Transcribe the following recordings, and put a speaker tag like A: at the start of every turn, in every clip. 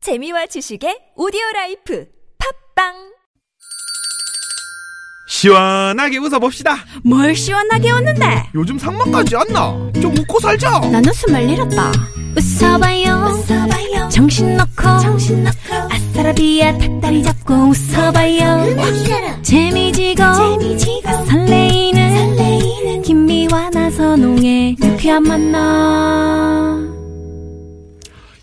A: 재미와 지식의 오디오 라이프 팝빵
B: 시원하게 웃어봅시다.
C: 뭘 시원하게 웃는데
B: 요즘 상만까지 안 나. 좀 웃고 살자.
C: 난 웃음을 잃었다 웃어봐요, 정신 놓고 아싸라비아 닭다리 잡고 웃어봐요 재미지고, 설레이는, 김미와 나선홍의 유쾌한 만남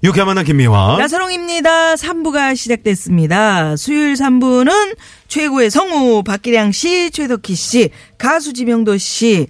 B: 유쾌한 만남 김미화.
D: 나선홍입니다. 3부가 시작됐습니다. 수요일 3부는 최고의 성우 박기량 씨, 최덕희 씨, 가수 지명도 씨.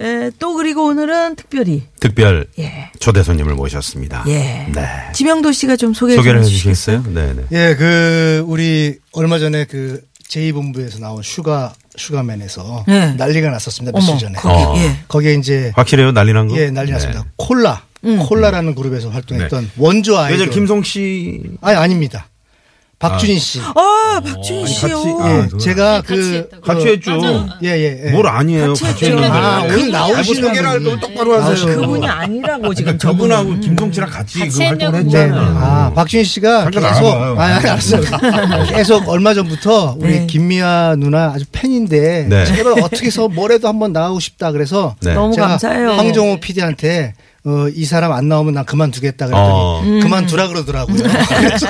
D: 에, 또 그리고 오늘은 특별히
B: 특별
D: 예.
B: 초대 손님을 모셨습니다.
D: 예.
B: 네.
D: 지명도 씨가 좀 소개
B: 소개를
D: 좀 해주시겠어요?
B: 해주시겠어요? 네네.
E: 예, 그 우리 얼마 전에 그 제2본부에서 나온 슈가 슈가맨에서
D: 네.
E: 난리가 났었습니다.
D: 어머,
E: 며칠 전에.
D: 거기
B: 어.
D: 예.
E: 거기에 이제
B: 확실해요? 난리 난 거?
E: 예, 난리 났습니다. 콜라.
D: 음.
E: 콜라라는 그룹에서 활동했던
B: 네.
E: 원조 아이돌.
B: 예전 김송 씨.
E: 아니 아닙니다. 박준희 씨.
D: 아, 박준희 씨요.
B: 같이- 아,
E: 예,
B: 그건
E: 제가 그
B: 같이 했죠.
E: 예, 예, 예.
B: 뭘 아니에요.
D: 같이
B: 같이
D: 했죠.
B: 했는데.
E: 아, 오늘 나오시는 분이.
B: 똑바로
E: 나오시는
D: 그분이 아니라고 지금 저분. 음.
B: 저분하고 김송 씨랑 같이, 그 활동을 했잖아요.
E: 아, 박준희 씨가
B: 잠깐
E: 계속
B: 음. 나가봐요.
E: 아, 아니, 알았어요. 계속 얼마 전부터 우리
D: 네.
E: 김미아 누나 아주 팬인데
B: 네.
E: 제발 어떻게 해서 뭐래도 한번 나가고 싶다 그래서
B: 네.
D: 너무
E: 제가
D: 감사해요.
E: 황정호 PD한테 어, 이 사람 안 나오면 난 그만두겠다 그랬더니
B: 어.
D: 음.
E: 그만두라 그러더라고요. 그래서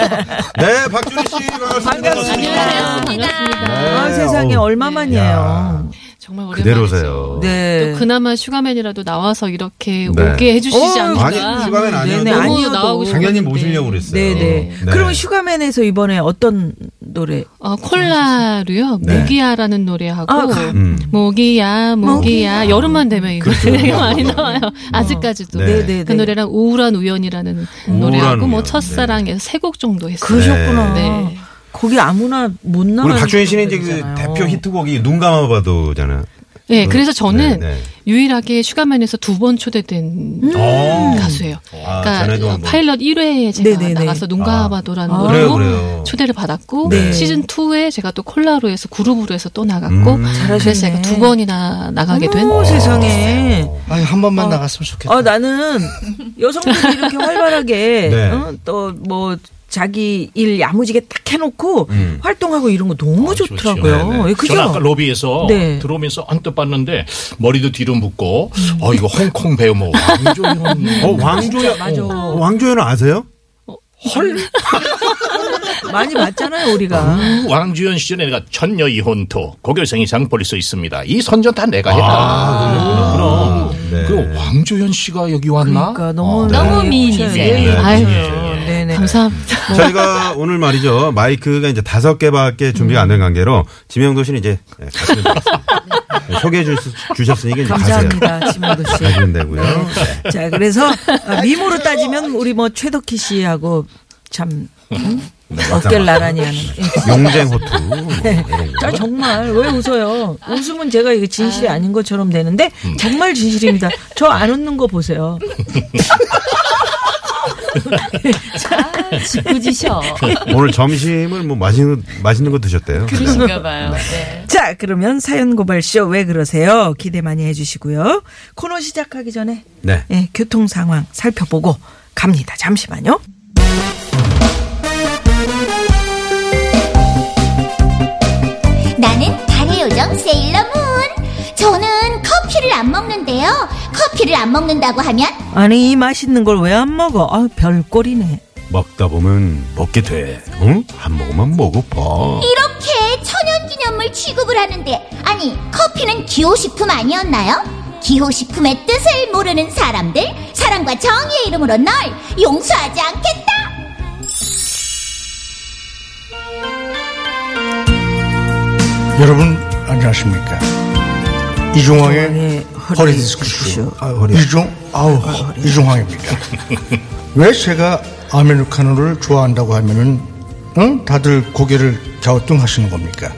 B: 네, 박준희 씨 반갑습니다.
D: 아,
B: 네,
D: 세상에
B: 어우.
D: 얼마만이에요.
B: 야,
F: 정말 오랜만이죠.
B: 그대로세요.
D: 네.
F: 또 그나마 슈가맨이라도 나와서 이렇게
B: 네.
F: 오게 해주시지
D: 어,
F: 않나.
B: 아니, 슈가맨 아니어도
D: 네네,
F: 너무
D: 아니어도.
F: 나오고 싶었는데.
B: 당연히 모시려고 그랬어요.
D: 네네.
B: 네.
D: 그럼 슈가맨에서 이번에 어떤 노래?
F: 어, 콜라로요.
B: 네.
F: 모기야라는 노래하고
D: 아,
B: 음.
F: 모기야, 모기야. 여름만 되면 이거 되게 많이 나와요. 아직까지도.
B: 그렇죠. 어. 네.
D: 네네.
F: 그 노래랑 우울한 우연이라는
B: 우울한
F: 노래하고
B: 우연,
F: 뭐
B: 네.
F: 첫사랑에서 세 곡 정도 했어요.
D: 그러셨구나.
F: 네.
D: 거기 아무나 못 나가는
B: 우리 박준희 씨는 이제 그
D: 노래잖아요.
B: 대표 히트곡이 눈 감아봐도잖아요.
F: 네, 그래서 저는
B: 네, 네.
F: 유일하게 슈가맨에서 두 번 초대된
B: 어.
F: 가수예요.
B: 아, 전에도
F: 그러니까
B: 한번.
F: 파일럿 1회에 제가
D: 네네네.
F: 나가서 눈가바도라는
D: 아.
B: 그래요,
F: 노래로
B: 그래요.
F: 초대를 받았고
B: 네.
F: 시즌 2에 제가 또 콜라로 해서 그룹으로 해서 또 나갔고
B: 음.
D: 잘하셨네.
F: 그래서 제가 두 번이나 나가게 된
D: 어머, 세상에.
E: 아유, 한 번만 나갔으면 좋겠다.
D: 아, 나는 여성들이 이렇게 활발하게
B: 네.
D: 어? 또뭐 자기 일 야무지게 딱 해놓고
B: 음.
D: 활동하고 이런 거 너무
G: 좋죠.
B: 네,
D: 좋더라고요.
B: 네.
D: 예,
G: 저는 아까
D: 그죠?
G: 로비에서
D: 네.
G: 들어오면서 언뜻 봤는데 머리도 뒤로 묶고 어 이거 홍콩 배우 뭐 왕조연
B: 어, 왕조연.
D: 맞아.
B: 어, 왕조연 아세요?
D: 음. 많이 봤잖아요, 우리가.
G: 왕조연 시절에 내가 천녀 이혼토 고교생 이상 버릴 수 있습니다. 이 선전 다 내가 했다. 아,
B: 아,
G: 그럼
B: 네.
G: 그 왕조연 씨가 여기 왔나?
D: 그러니까
B: 아,
D: 너무
F: 너무
D: 예,
F: 미인이세요.
B: 네.
D: 예, 예.
F: 아유,
D: 네네.
F: 감사합니다.
B: 저희가 오늘 말이죠. 마이크가 이제 다섯 개밖에 준비가 안 된 관계로 지명도 씨는 이제 네, 가시면 되겠습니다. 네, 소개해 주, 주셨으니까 이제 음, 가세요.
D: 감사합니다, 지명도 씨. 네.
B: 가시면 되고요.
D: 자, 그래서 아, 미모로 따지면 우리 뭐 최덕희 씨하고 참 응? 어깨를 나란히 하는. 네. 예.
B: 네, 용쟁호투. 뭐 이런 거.
D: 자, 정말 왜 웃어요? 웃음은 제가 이게 진실이 아닌 것처럼 되는데
B: 음.
D: 정말 진실입니다. 저 안 웃는 거 보세요.
F: 굳으셔.
B: 오늘 점심을 뭐 맛있는, 맛있는 거 드셨대요.
F: 그러신가 봐요. 네.
D: 자, 그러면 사연 고발 쇼 왜 그러세요? 기대 많이 해주시고요. 코너 시작하기 전에
B: 네.
D: 예, 교통 상황 살펴보고 갑니다. 잠시만요.
H: 나는 달의 요정 세일러문. 저는 커피를 안 먹는데요. 커피를 안 먹는다고 하면
D: 아니 이 맛있는 걸 왜 안 먹어? 아, 별꼴이네.
B: 먹다 보면 먹게 돼. 응? 한 모금만 먹어봐.
H: 이렇게 천연기념물 취급을 하는데 아니 커피는 기호식품 아니었나요? 기호식품의 뜻을 모르는 사람들 사랑과 정의의 이름으로 널 용서하지 않겠다.
E: 여러분 안녕하십니까? 이종황의
D: 이종황의
E: 허리
D: 허리
E: 디스크쇼.
D: 디스크쇼.
E: 아, 이종 아우 이종황입니다. 왜 제가 아메리카노를 좋아한다고 하면은 응? 다들 고개를 갸우뚱하시는 겁니까?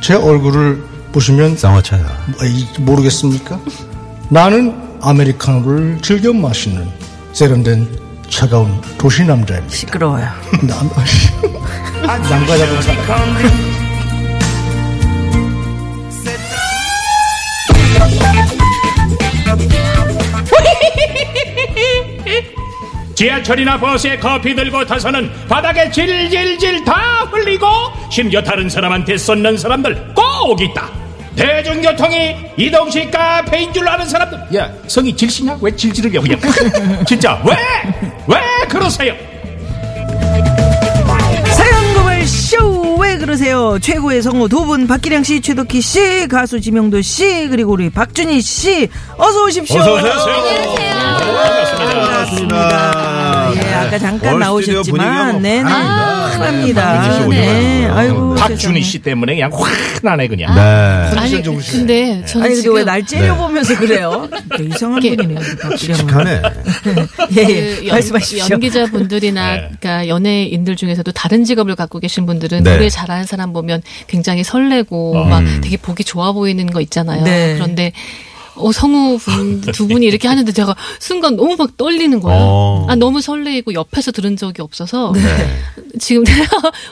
E: 제 얼굴을 보시면
B: 쌍화차야.
E: 뭐, 이, 모르겠습니까? 나는 아메리카노를 즐겨 마시는 세련된 차가운 도시 남자입니다.
D: 시끄러워요.
E: 남,
D: 아,
E: 남과자분
G: 지하철이나 버스에 커피 들고 타서는 바닥에 질질질 다 흘리고 심지어 다른 사람한테 쏟는 사람들 꼭 있다. 대중교통이 이동식 카페인 줄 아는 사람들 야 성이 질시냐 왜 질질을 여기냐 진짜 왜왜 그러세요
D: 사연 고발 쇼왜 그러세요 최고의 성우 두 분 박기량 씨 최덕희 씨 가수 지명도 씨 그리고 우리 박준희 씨 어서 오십시오
B: 어서 오세요.
G: 안녕하세요
D: 반갑습니다. 예, 아까 잠깐
B: 월 네. 스튜디오 분위기가 뭐
D: 나오셨지만, 네, 네,
B: 강합니다.
D: 강합니다.
B: 박준희 씨 오니까.
D: 네, 아이고.
G: 박준희 씨 때문에 그냥 확 나네 그냥
B: 네.
F: 아니 근데 저는
D: 아니, 근데
F: 지금
D: 왜날 째려보면서 그래요? 되게 이상한
F: 이렇게
D: 분이네요, 박기량은.
B: 착하네.
D: 예,
F: 그
D: 예.
F: 연,
D: 말씀하시죠.
F: 연기자분들이나
G: 네.
F: 그러니까 연예인들 중에서도 다른 직업을 갖고 계신 분들은
B: 네. 어. 음.
F: 노래 잘하는 사람 보면 굉장히 설레고 막 되게 보기 좋아 보이는 거 있잖아요.
D: 네.
F: 그런데 어, 성우 분, 두 분이 이렇게 하는데 제가 순간 너무 막 떨리는 거예요.
B: 어.
F: 아, 너무 설레이고 옆에서 들은 적이 없어서 지금 와,
D: 네.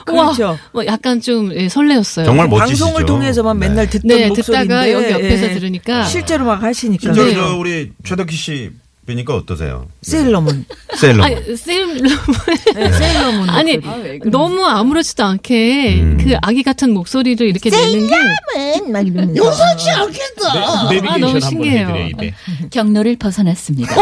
D: 그렇죠.
F: 뭐 약간 좀 예, 설레었어요.
B: 정말 멋지시죠.
D: 방송을 통해서만 맨날 듣던
F: 네,
D: 목소리인데
F: 듣다가 여기 옆에서
D: 예.
F: 들으니까
D: 실제로 막 하시니까
B: 저,
F: 네.
B: 저 우리 최덕희 씨 뵈니까 어떠세요?
D: 세일러문
B: 셀러.
F: 아니, 쌤
D: 네, 세일러문
F: 아니 너무 아무렇지도 않게 그 아기 같은 목소리를 이렇게 내는 게
H: 은 용서하지 않겠다.
F: 아, 너무
G: 내비게이션 한번
F: 신기해요.
G: 해드려야 돼
I: 경로를 벗어났습니다.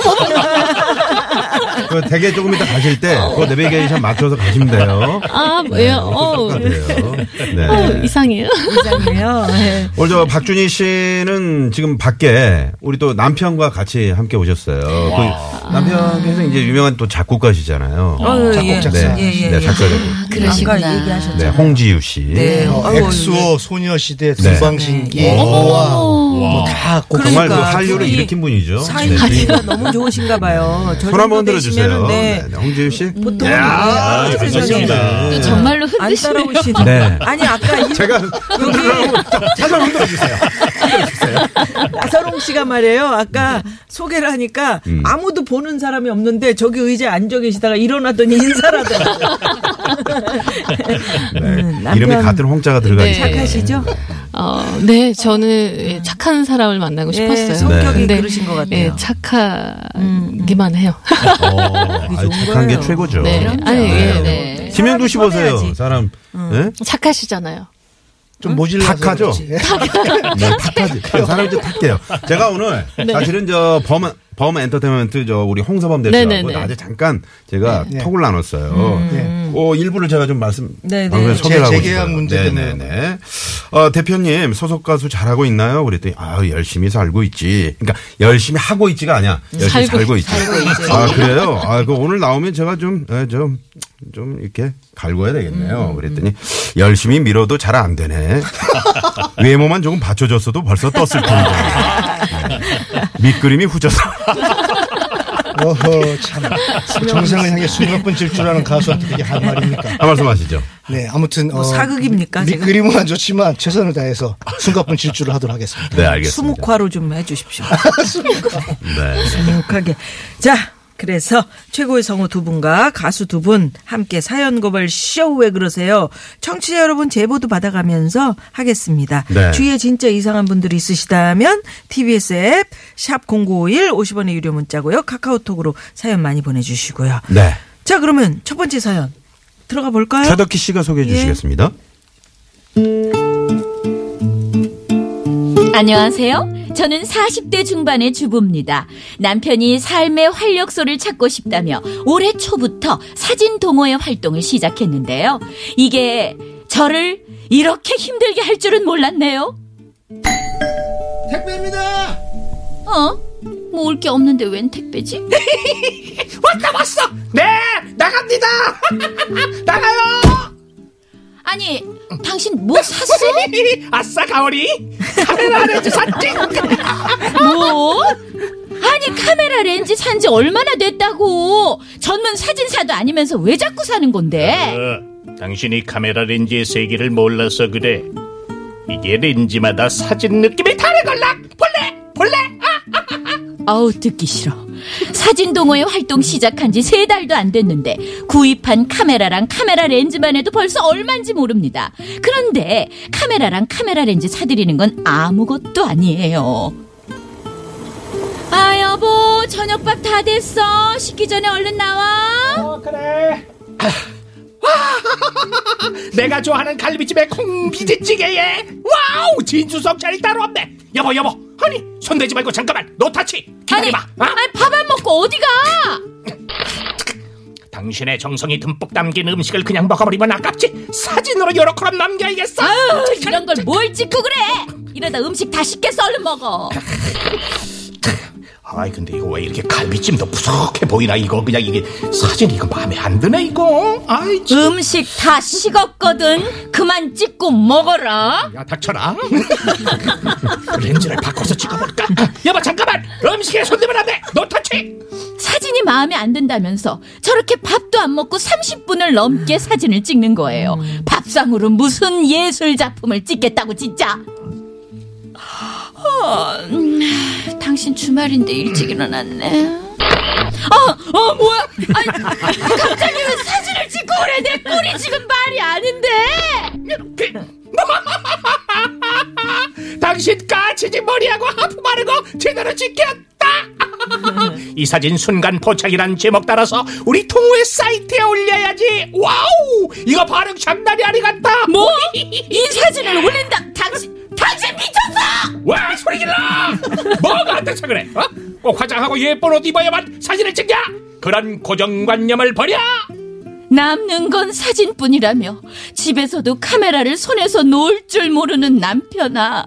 F: 아.
B: 그 대게 조금 이따 가실 때, 그거 내비게이션 맞춰서 가시면 돼요.
F: 아 뭐야 어,
B: 똑같아요.
F: 어
B: 네.
F: 이상해요.
D: 이상해요. 예.
B: 오늘 저 박준희 씨는 지금 밖에 우리 또 남편과 같이 함께 오셨어요. 그 남편께서 이제 유명한 또 작곡가시잖아요.
D: 아유,
E: 작곡,
D: 예.
E: 작사.
D: 예, 예,
B: 네,
D: 예.
B: 작가고
I: 그러시구나.
D: 아까 얘기하셨죠.
B: 네, 홍지유 씨.
D: 네.
E: 어,
D: 아유,
E: 엑소, 소녀시대, 동방신기,
B: 네.
F: 어.
E: 노아, 뭐다
B: 정말 그
D: 그러니까
B: 한류를
D: 분이
B: 일으킨 분이죠.
D: 사인
B: 네,
D: 관계가
B: 주인공.
D: 너무 좋으신가 봐요. 저
B: 손 한번
D: 정도
B: 들어주세요.
D: 되시면은,
B: 네.
D: 네.
B: 네, 홍지유 씨.
D: 보통
B: 야,
D: 은
B: 반갑습니다.
I: 또 정말로
D: 안
I: 흔드시네요.
D: 따라오시네.
B: 네.
D: 아니 아까 이-
B: 제가 사장 흔들어 주세요.
D: 나서롱 씨가 말이에요. 아까
B: 네.
D: 소개를 하니까
B: 음.
D: 아무도 보는 사람이 없는데 저기 의자에 앉아 계시다가 일어났더니 인사를 하더라고요. 음, 남편
B: 네. 이름에 같은 홍자가 들어가
F: 네.
B: 있어요.
D: 착하시죠?
F: 아, 어네 저는 예, 착한 사람을 만나고
D: 예,
F: 싶었어요.
D: 성격이
B: 네.
F: 근데,
D: 그러신 것 같아요. 음,
F: 예, 착하기만 해요.
B: 어, 아유,
D: 좋은
B: 착한 게
D: 거예요.
B: 최고죠.
F: 네. 아니 예, 네.
B: 김영도 씨
D: 사람이
B: 보세요.
D: 선해야지. 어.
B: 사람. 예?
F: 착하시잖아요.
E: 좀 모질라서
B: 탁하죠?
E: 그렇지.
B: 네, 탁하지. 사람 좀 탁해요. 제가 오늘 사실은 저 범, 범 엔터테인먼트 저 우리 홍서범 대표하고
F: 네네네.
B: 낮에 잠깐 제가
E: 네.
B: 톡을 나눴어요. 어, 일부를 제가 좀 말씀
D: 네네.
B: 방송에 소개를 하고
E: 제 재계약
B: 싶어요.
E: 문제 때문에.
B: 네네네. 어, 대표님 소속 가수 잘하고 있나요? 그랬더니 아 열심히 살고 있지. 그러니까 열심히 하고 있지가 아니야. 열심히 살고,
F: 살고
B: 있지. 아 그래요? 아 그 오늘 나오면 제가 좀좀좀 좀, 좀 이렇게 갈고야 되겠네요. 그랬더니 열심히 밀어도 잘 안 되네. 외모만 조금 받쳐줬어도 벌써 떴을 텐데. 네. 밑그림이 후져서.
E: 어허, 참. 정상을 향해 수백 번 질 줄 아는 가수한테 되게 할 말입니까?
B: 한 아, 말씀 하시죠.
E: 네, 아무튼. 어,
D: 뭐 사극입니까, 지금?
E: 밑그림은 안 좋지만 최선을 다해서 순간분 질주를 하도록 하겠습니다.
B: 네 알겠습니다.
D: 수묵화로 좀 해주십시오.
B: 네.
D: 수묵하게. 자. 그래서 최고의 성우 두 분과 가수 두 분 함께 사연 고발 쇼왜 그러세요? 청취자 여러분 제보도 받아가면서 하겠습니다.
B: 네.
D: 주위에 진짜 이상한 분들이 있으시다면 TBS 앱 샵 0951 50원의 유료 문자고요. 카카오톡으로 사연 많이 보내주시고요.
B: 네.
D: 자 그러면 첫 번째 사연 들어가 볼까요?
B: 최덕희 씨가 소개해
D: 예.
B: 주시겠습니다.
I: 안녕하세요. 저는 40대 중반의 주부입니다. 남편이 삶의 활력소를 찾고 싶다며 올해 초부터 사진 동호회 활동을 시작했는데요. 이게 저를 이렇게 힘들게 할 줄은 몰랐네요. 택배입니다. 어? 뭐 올 게 없는데 웬 택배지?
G: 네 나갑니다 나가요
I: 아니, 당신 뭐 샀어?
G: 아싸 가오리 카메라 안에 샀지
I: 뭐? 아니 카메라 렌즈 산 지 얼마나 됐다고 전문 사진사도 아니면서 왜 자꾸 사는
F: 네.
I: 건데
G: 어, 당신이 카메라 렌즈의 세계를 몰라서 그래. 이게 렌즈마다 사진 느낌이 다르걸라. 볼래? 볼래?
I: 아우 듣기 싫어 사진 동호회 활동 시작한 지 세 달도 안 됐는데 구입한 카메라랑 카메라 렌즈만 해도 벌써 얼마인지 모릅니다 그런데 카메라랑 카메라 렌즈 사드리는 건 아무것도 아니에요 아 여보 저녁밥 다 됐어. 식기 전에 얼른 나와.
G: 어, 그래. 내가 좋아하는 갈비찜에 콩비지찌개에 와우 진수성 짤이 따로 없네. 여보 여보 아니 손대지 말고 잠깐만 노타치 기다려봐. 어?
I: 아니 밥 안 먹고 어디 가?
G: 당신의 정성이 듬뿍 담긴 음식을 그냥 먹어버리면 아깝지. 사진으로 여러 컬럼 남겨야겠어.
I: 아유 이런 걸 뭘 찍고 그래? 이러다 음식 다 식겠어. 얼른 먹어.
G: 아이 근데 이거 왜 이렇게 갈비찜도 부석해 보이나 이거 그냥 이게 사진 이거 마음에 안 드네 이거. 아이 참.
I: 음식 다 식었거든. 그만 찍고 먹어라.
G: 야 닥쳐라 렌즈를 바꿔서 찍어볼까 아, 여보 잠깐만 음식에 손대면 안돼 노타치
I: 사진이 마음에 안 든다면서 저렇게 밥도 안 먹고 30분을 넘게 사진을 찍는 거예요. 밥상으로 무슨 예술 작품을 찍겠다고 진짜. 어, 음, 당신 주말인데 일찍 일어났네. 아, 어 뭐야? 아니, 갑자기 왜 사진을 찍고 그래? 내 꼴이 지금 말이 아닌데.
G: 당신 까치지 머리하고 하프 마르고 제대로 찍겠다 이 사진 순간 포착이란 제목 따라서 우리 통우의 사이트에 올려야지 와우 이거 반응 장난이 아니겠다
I: 뭐? 이 사진을 올린다. 당신, 당신 미쳤어!
G: 와 소리 질러 뭐가 안 돼서 그래 어? 꼭 화장하고 예쁜 옷 입어야만 사진을 찍냐 그런 고정관념을 버려
I: 남는 건 사진뿐이라며 집에서도 카메라를 손에서 놓을 줄 모르는 남편아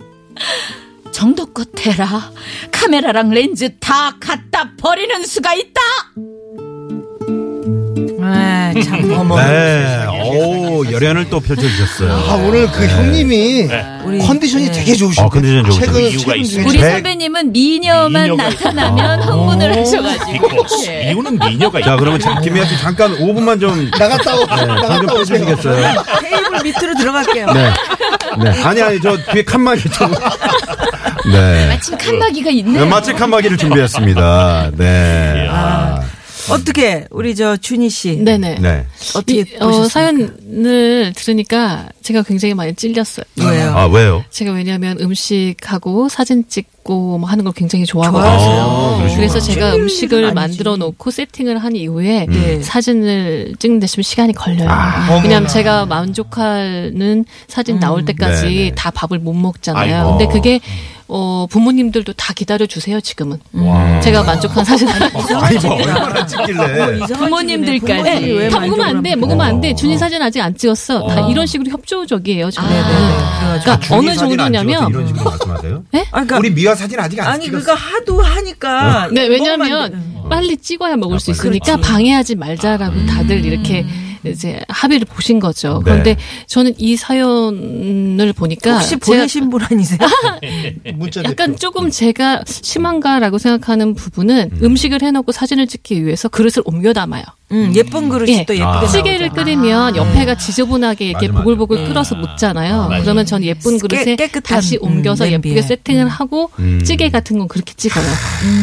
I: 정도껏 해라 카메라랑 렌즈 다 갖다 버리는 수가 있다
D: 아, 참.
E: 어머.
B: 네. 오, 열연을 또 펼쳐주셨어요.
E: 아 오늘 그 형님이
D: 우리,
E: 컨디션이
D: 네.
E: 되게 좋으신데
B: 어, 네. 컨디션 좋으세요.
E: 최근
G: 이유가
E: 최근
G: 있어요.
E: 중에
I: 우리
B: 백-
I: 선배님은 미녀만
G: 미녀가-
I: 나타나면 흥분을 하셔가지고 예.
G: 이유는 미녀가
B: 자, 그러면 참, 김희아 씨 잠깐 5분만 좀. 네,
E: 나갔다 오 나갔다
B: 방좀
E: 오세요.
B: 펼쳐주겠어요?
D: 테이블 밑으로 들어갈게요.
B: 네. 네. 아니, 아니, 저 뒤에 칸막이 좀. 네.
I: 마침 칸막이가
B: 네,
I: 있네
B: 마치 칸막이를 준비했습니다. 네. 아,
D: 어떻게 우리 저 준희 씨
F: 네네.
B: 네.
D: 어떻게
F: 이- 어, 사연을 들으니까 제가 굉장히 많이 찔렸어요.
D: 뭐예요?
B: 아, 왜요?
F: 제가 왜냐하면 음식하고 사진 찍고 뭐 하는 걸 굉장히 좋아하거든요.
D: 좋아하세요.
B: 그러시구나.
F: 그래서 제가
D: 찍는 일은
F: 음식을
D: 아니지.
F: 만들어 놓고 세팅을 한 이후에
B: 음.
D: 네.
F: 사진을 찍는데 좀 시간이 걸려요.
B: 아,
F: 왜냐하면 제가 만족하는
D: 음.
F: 사진 나올 때까지
B: 네네.
F: 다 밥을 못 먹잖아요.
B: 아이고.
F: 근데 그게 어, 부모님들도 다 기다려 주세요 지금은.
B: 음. 와.
F: 제가 만족한 사진. 어,
B: 아니, 뭐, 얼마나 찍길래.
D: 어, 부모님들까지 왜
F: 네.
D: 어.
F: 다 먹으면 안 돼, 먹으면 안 돼. 준이 사진 아직 안 찍었어. 다 이런 식으로 협조적이에요. 저는.
B: 아. 네,
D: 그러니까
F: 그러니까 어느 정도냐면,
B: 이런 식으로 말씀하세요?
D: 그러니까
B: 우리 미화 사진 아직 안
D: 아니
B: 찍었어. 어?
D: 그러니까 하도 하니까
F: 네,
D: 먹으면 안 돼.
F: 왜냐면 빨리 찍어야 먹을 수 있으니까
D: 아, 그렇지. 음.
F: 방해하지 말자라고 다들 이렇게 이제 합의를 보신 거죠.
B: 네.
F: 그런데 저는 이 사연을 보니까
D: 음. 혹시
F: 제가
D: 보내신 분 아니세요?
E: 네, 문자
D: 음.
F: 약간 조금 제가 심한가라고 생각하는 부분은 음. 식을 해놓고 사진을 찍기 위해서 그릇을 옮겨 담아요.
D: 음, 예쁜 그릇이
F: 예.
D: 또 예쁘게
B: 아.
D: 나오잖아. 음.
F: 찌개를 끓이면 옆에가 지저분하게 이렇게
B: 맞아, 맞아.
F: 보글보글 끓어서 묻잖아요. 그러면 전 예쁜
D: 깨-
F: 그릇에
D: 깨끗한,
F: 다시
D: 음,
F: 옮겨서
D: 냄비에.
F: 예쁘게 세팅을 하고
B: 음.
F: 찌개 같은 건 그렇게 찍어요.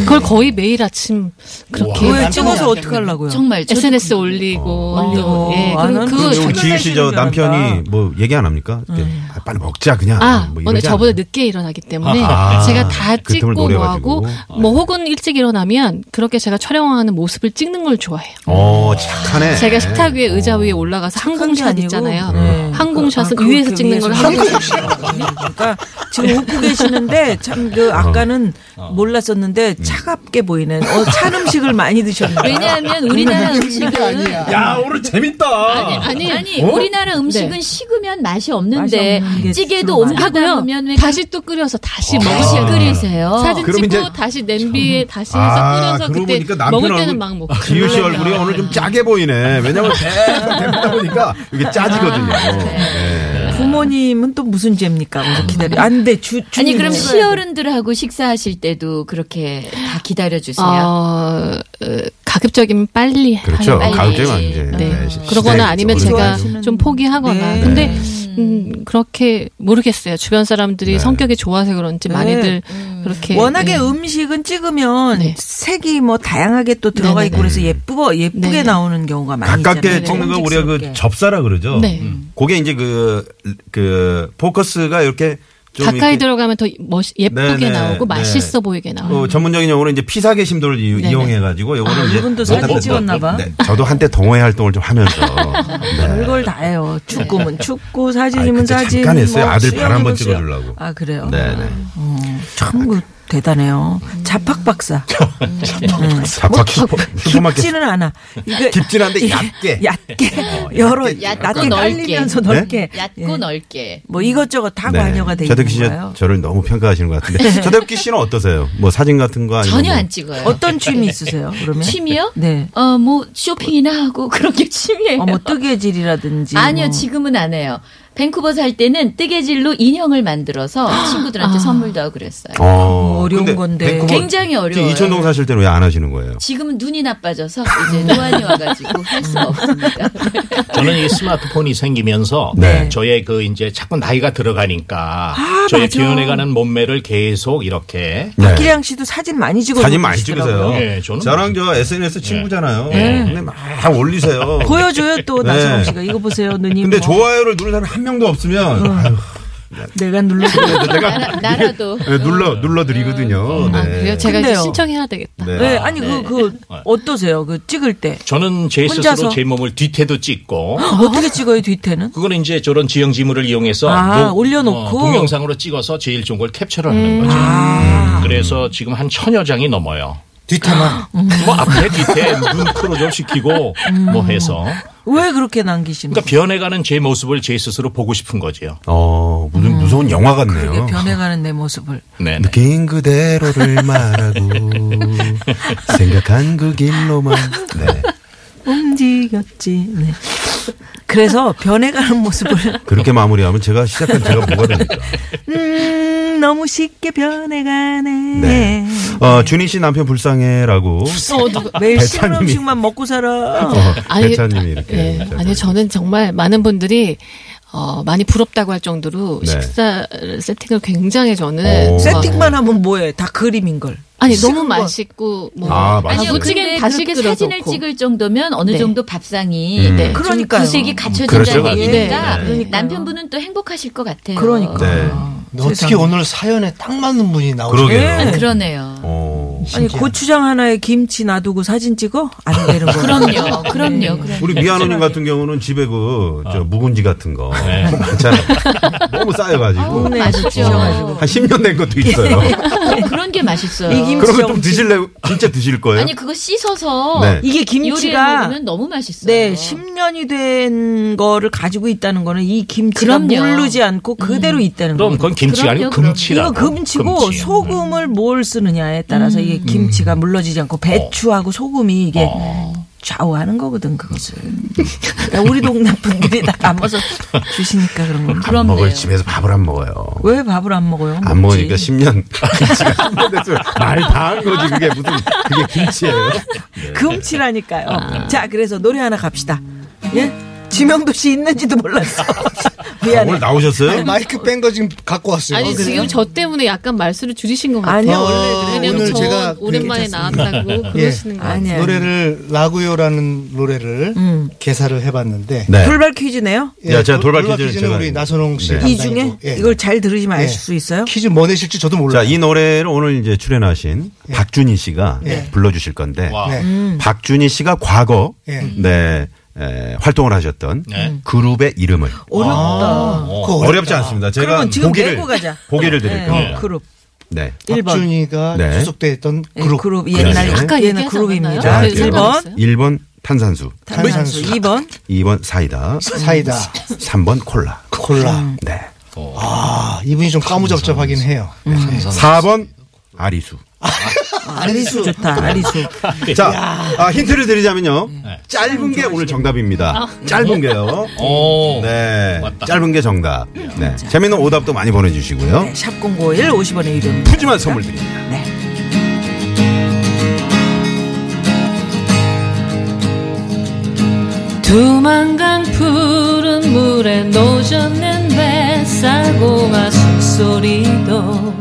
F: 그걸 거의 매일 아침 그렇게
D: 왜 음. 찍어서 어떻게 하려고요?
I: 정말 저도
F: SNS 올리고
B: 어.
D: 올리고.
F: 또, 예,
D: 아,
F: 그리고
D: 나는
F: 그거
D: 그거
B: 우리 지윤 씨 저
D: 장난치는 줄
B: 남편이
D: 알았다.
B: 뭐 얘기 안 합니까? 이렇게, 아, 빨리 먹자 그냥.
F: 아,
B: 뭐
F: 오늘
B: 이러지
F: 저보다
B: 않아요?
F: 늦게 일어나기 때문에
B: 아하.
F: 제가 다
B: 그 틈을
F: 찍고 뭐
B: 노려가지고. 아, 네.
F: 하고 뭐 혹은 일찍 일어나면 그렇게 제가 촬영하는 모습을 찍는 걸 좋아해요.
B: 어 착하네. 어.
F: 제가 식탁 위에 의자 위에 올라가서 항공샷
D: 아니고.
F: 있잖아요.
D: 네.
F: 항공샷은
D: 아, 그거
F: 위에서
D: 그
F: 찍는 걸
D: 위에서
F: 하고
D: 그러니까 지금 웃고 계시는데 참
B: 어.
D: 그 아까는 몰랐었는데 차갑게 보이는 어, 찬 음식을 많이 드셨네요.
I: 왜냐하면 우리나라 음식은
G: 야 오늘 재밌다
F: 아니 어? 네.
I: 아니 우리나라 음식은 식으면 맛이 없는데
D: 맛이 없는 게
I: 찌개도 어.
D: 주로
I: 옮겨
F: 하고요.
I: 담으면 왜
F: 다시 또 끓여서 다시
I: 다시
B: 아.
F: 먹으세요.
I: 끓이세요.
F: 사진
B: 그럼
F: 찍고
B: 이제-
F: 다시 냄비에 다시 해서
B: 아,
F: 끓여서
B: 그러고
F: 그때
B: 보니까 남편
F: 먹을 때는
B: 얼굴-
F: 막 먹고.
B: 지윤 씨 얼굴이 오늘 좀 짜게 보이네. 왜냐면 계속 뵙다 보니까 이게 짜지거든요. 네.
D: 부모님은 또 무슨 죄입니까? 그래서 기다려. 안 돼. 주, 주
I: 아니
F: 네.
I: 그럼 시어른들하고 식사하실 때도 그렇게 다 기다려 주세요.
F: 어, 어, 가급적이면 빨리
B: 그렇죠.
F: 하는
I: 가급적-
B: 가급적이면 이제
F: 네.
B: 네, 시-
F: 그러거나
B: 시작이죠. 네.
F: 아니면 제가 좀 포기하거나.
D: 네.
F: 근데 음, 그렇게 모르겠어요. 주변 사람들이
B: 네.
F: 성격이 좋아서 그런지
D: 네.
F: 많이들
I: 음.
F: 그렇게
D: 워낙에
F: 네.
D: 음식은 찍으면
F: 네.
D: 색이 뭐 다양하게 또
I: 네,
D: 들어가 있고 그래서 예쁘고 예쁘게
F: 네네.
D: 나오는 경우가 많이
B: 가깝게
D: 있잖아요.
B: 찍는 거 우리가 그
D: 음.
B: 접사라 그러죠.
F: 네.
B: 그게 이제 그, 그, 포커스가 이렇게 좀
F: 가까이
B: 이렇게
F: 들어가면 더 멋,
B: 네네,
F: 예쁘게 나오고
B: 네.
F: 맛있어 보이게 나와요.
B: 어, 전문적인 용어로 이제 피사계 심도를 이,
F: 네네.
B: 용해 가지고 요거를
D: 아,
B: 이제
D: 이분도 사진
B: 못하겠다.
D: 찍었나 봐.
B: 네, 저도 한때 동호회 활동을 좀 하면서 네.
D: 별걸 다 해요. 축구면 축구, 사진이면
B: 아니, 그때
D: 사진. 뭐
B: 잠깐 했어요. 아들 발
D: 수영이면
B: 한번
D: 수영.
B: 찍어주려고.
D: 아 그래요.
B: 네, 네.
D: 참 그, 대단해요. 자팍 박사. 음. 뭐
B: 자팍 슈퍼 슈퍼마켓
D: 깊지는 않아. 이게
B: 깊진 않은데 네,
D: 이게
B: 얕게.
D: 얇게 예, 여러
F: 얇고
D: 낮게
F: 넓게.
D: 깔리면서 넓게
F: 얕고
D: 예.
F: 넓게.
D: 뭐 이것저것 다 관여가 돼
B: 네. 저덕기
D: 있는
B: 씨
D: 거예요. 네.
B: 저를 너무 평가하시는 것 같은데 저덕기 씨는 어떠세요? 뭐 사진 같은 거 아니면
I: 전혀
B: 뭐-
I: 안 찍어요.
D: 어떤 취미 있으세요? 그러면
I: 취미요?
D: 네.
I: 어, 뭐 쇼핑이나 하고 그런 게 취미예요.
D: 어, 뭐 뜨개질이라든지
I: 아니요,
D: 뭐.
I: 지금은 안 해요. 밴쿠버 살 때는 뜨개질로 인형을 만들어서 친구들한테 선물도 하고 그랬어요.
B: 어,
D: 뭐 어려운
B: 근데
D: 건데.
B: 밴쿠버-
I: 굉장히 어려워요.
B: 이천동 사실 때는 왜 안 하시는 거예요?
I: 지금은 눈이 나빠져서 이제 노안이 와가지고 할 수가 없습니다.
G: 저는 이 스마트폰이 생기면서
B: 네.
G: 저의 그 이제 자꾸 나이가 들어가니까
I: 아,
G: 저의 변해가는 몸매를 계속 이렇게
B: 네.
D: 박기량 씨도 사진 많이 찍어
B: 사진 많이 찍으세요.
G: 예, 저는 네.
B: 저랑 저 SNS 친구잖아요.
D: 네.
B: 근데 막 올리세요.
D: 보여줘요 또
B: 네.
D: 나선홍 씨가 이거 보세요 누님.
B: 근데
D: 뭐. 어.
B: 좋아요를 누른 사람 한 명도 없으면 아유,
D: 내가 눌러
B: 네.
I: 나라, 나라도
B: 예,
D: 어.
B: 눌러 눌러 드리거든요.
F: 아, 그래요? 제가
D: 근데요.
F: 이제 신청해야 되겠다.
B: 네.
D: 네, 아니 그 그 어떠세요? 그 찍을 때
G: 저는 제 스스로
D: 혼자서?
G: 제 몸을 뒤태도 찍고
D: 어떻게 찍어요 뒤태는?
G: 그거는 이제 저런 지형지물을 이용해서
D: 아, 올려놓고?
G: 어, 동영상으로 찍어서 제일 좋은 걸 캡처를 하는 거죠.
B: 음.
D: 아.
G: 그래서 지금 한 천여 장이 넘어요.
E: 뒷타만
D: 음,
G: 뭐 앞에 뒤태 눈코로 좀 시키고 뭐 해서
D: 왜 그렇게 남기시는?
G: 그러니까 변해가는 제 모습을 제 스스로 보고 싶은 거지요.
B: 어 무슨 무서운 영화 같네요.
D: 거예요? 변해가는 내 모습을.
G: 네. 네.
B: 느낀 그대로를 말하고 생각한 그 길로만. 네.
D: 움직였지. 네. 그래서 변해가는 모습을
B: 그렇게 마무리하면 제가 시작한 제가 뭐가 됩니까?
D: 음, 너무 쉽게 변해가네.
B: 네. 어, 준희 씨 남편 불쌍해라고.
F: 어, 누가-
D: 매일
B: 배차님이-
D: 식은 음식만 먹고 살아.
B: 어, 배차님이 이렇게.
F: 예.
B: 문자를
F: 아니 저는 정말 많은 분들이 어, 많이 부럽다고 할 정도로
B: 네.
F: 식사 세팅을 굉장히 저는
B: 오.
F: 어,
D: 세팅만 하면 뭐해? 다 그림인 걸.
F: 아니
D: 식은
F: 너무
D: 건.
F: 맛있고 뭐
B: 아,
I: 아니요,
B: 맛있어요.
I: 근데
F: 다시
I: 그렇게 사진을 찍을 정도면 어느
F: 네.
I: 정도 밥상이
B: 음.
I: 네.
D: 그러니까요. 예.
I: 구색이
B: 그렇죠,
I: 갖춰진다는
B: 맞아요.
I: 얘기니까
B: 네.
D: 그러니까요.
I: 남편분은 또 행복하실 것 같아요.
D: 그러니까.
B: 네.
E: 어떻게
D: 세상에.
E: 오늘 사연에 딱 맞는 분이 나오죠?
B: 그러게요.
D: 예.
I: 그러네요.
B: 어.
D: 아니 고추장 하나에 김치 놔두고 사진 찍어? 안 되는 거.
I: 그럼요, 그럼요, 그럼요.
B: 우리 미아노님 같은 경우는 집에 그, 저, 묵은지 같은 거. 많잖아요. 너무 쌓여가지고.
D: 아, 네.
I: 어, 맛있죠.
B: 한 10년 된 것도 있어요.
I: 그런 게 맛있어요.
D: 이 김치
B: 그러면 좀
D: 엄청-
B: 드실래요? 진짜 드실 거예요?
I: 아니 그거 씻어서
B: 네.
D: 이게
I: 요리해
D: 김치가
I: 먹으면 너무 맛있어요.
D: 네, 10년이 된 거를 가지고 있다는 거는 이 김치가
I: 그럼요. 음.
D: 모르지 않고 그대로 있다는
G: 그럼
D: 거예요.
G: 그건 김치가 아니고
I: 그럼요,
D: 이거
G: 금치라고.
D: 금치고
G: 금치.
D: 소금을
B: 음.
D: 뭘 쓰느냐에 따라서 이게 김치가 물러지지
B: 어.
D: 않고 배추하고 소금이 이게 좌우하는 거거든 그것을. 그러니까 우리 동네 분들이 다 담아서 주시니까 그런 거.
B: 안 먹을 집에서 밥을 안 먹어요.
D: 왜 밥을 안 먹어요?
B: 안
D: 먹지.
B: 먹으니까 10년. 김치가 10년 됐으면 말다 한 거지. 그게 무슨, 그게 김치예요. 아.
D: 금치라니까요. 자, 그래서 노래 하나 갑시다. 예? 지명도 씨 있는지도 몰랐어.
B: 아,
D: 미안해.
B: 오늘 나오셨어요?
E: 네? 마이크 뺀 거 지금 갖고 왔어요.
F: 아니 지금 저 때문에 약간 말수를 줄이신 것 같아요.
D: 아니요,
E: 어,
D: 원래 그래요.
F: 왜냐면
E: 오늘
F: 저
E: 제가
F: 오랜만에
E: 그렇게
F: 나왔다고
E: 예.
F: 그러시는 거예요.
D: 아니야.
E: 노래를 라구요라는 노래를
D: 네. 음.
E: 개사를 해봤는데 예, 그
B: 네.
D: 돌발 퀴즈네요.
B: 야, 제가 돌발 퀴즈를
E: 퀴즈는
B: 제가-
E: 우리 나선홍 씨.
B: 네.
D: 이
E: 담당이고,
D: 중에
E: 예.
D: 이걸 잘 들으시면
E: 예.
D: 아실 수 있어요.
E: 퀴즈 뭐 내실지 저도
B: 자,
E: 몰라요.
B: 이 노래를 오늘 이제 출연하신
D: 예.
B: 박준희 씨가 불러주실 건데.
G: 와.
E: 네.
D: 음,
B: 박준희 씨가 과거
E: 예.
B: 네 에, 활동을 하셨던
G: 네.
B: 그룹의 이름을
D: 음.
B: 아,
D: 어렵다.
E: 그거 어렵다.
B: 어렵지 않습니다. 제가
D: 그러면 지금
B: 보기를
D: 내고 가자.
B: 보기를 드릴
D: 네,
B: 겁니다.
D: 그룹
B: 네.
D: 일 번.
E: 박준희가
B: 네.
E: 소속돼 있던
D: 예,
E: 그룹.
D: 그룹
B: 그러네.
D: 옛날
F: 아까
D: 얘는
F: 얘기하지 않았나요?
D: 그룹입니다.
B: 자,
F: 네,
B: 일 번.
F: 상관없어요.
B: 1번 탄산수,
D: 탄산수
E: 탄산수.
D: 2번
B: 2번 사이다,
E: 사이다,
D: 음.
B: 3번 콜라.
E: 콜라.
B: 네.
E: 아, 이분이 좀 까무잡잡하긴 해요.
D: 음.
B: 4번 아리수.
D: 아리수 좋다. 아리수.
G: 네.
B: 자, 아, 힌트를 드리자면요. 짧은 게 오늘 정답입니다.
D: 아.
B: 짧은 게요.
G: 어, 오.
B: 네.
G: 맞다.
B: 짧은 게 정답. 네. 재밌는 오답도 많이 보내주시고요.
D: 네, 샵 공고일 50원의 유료.
B: 푸짐한 선물 드립니다.
D: 네.
F: 두만강 푸른 물에 노젓는 배 싸고가 숨소리도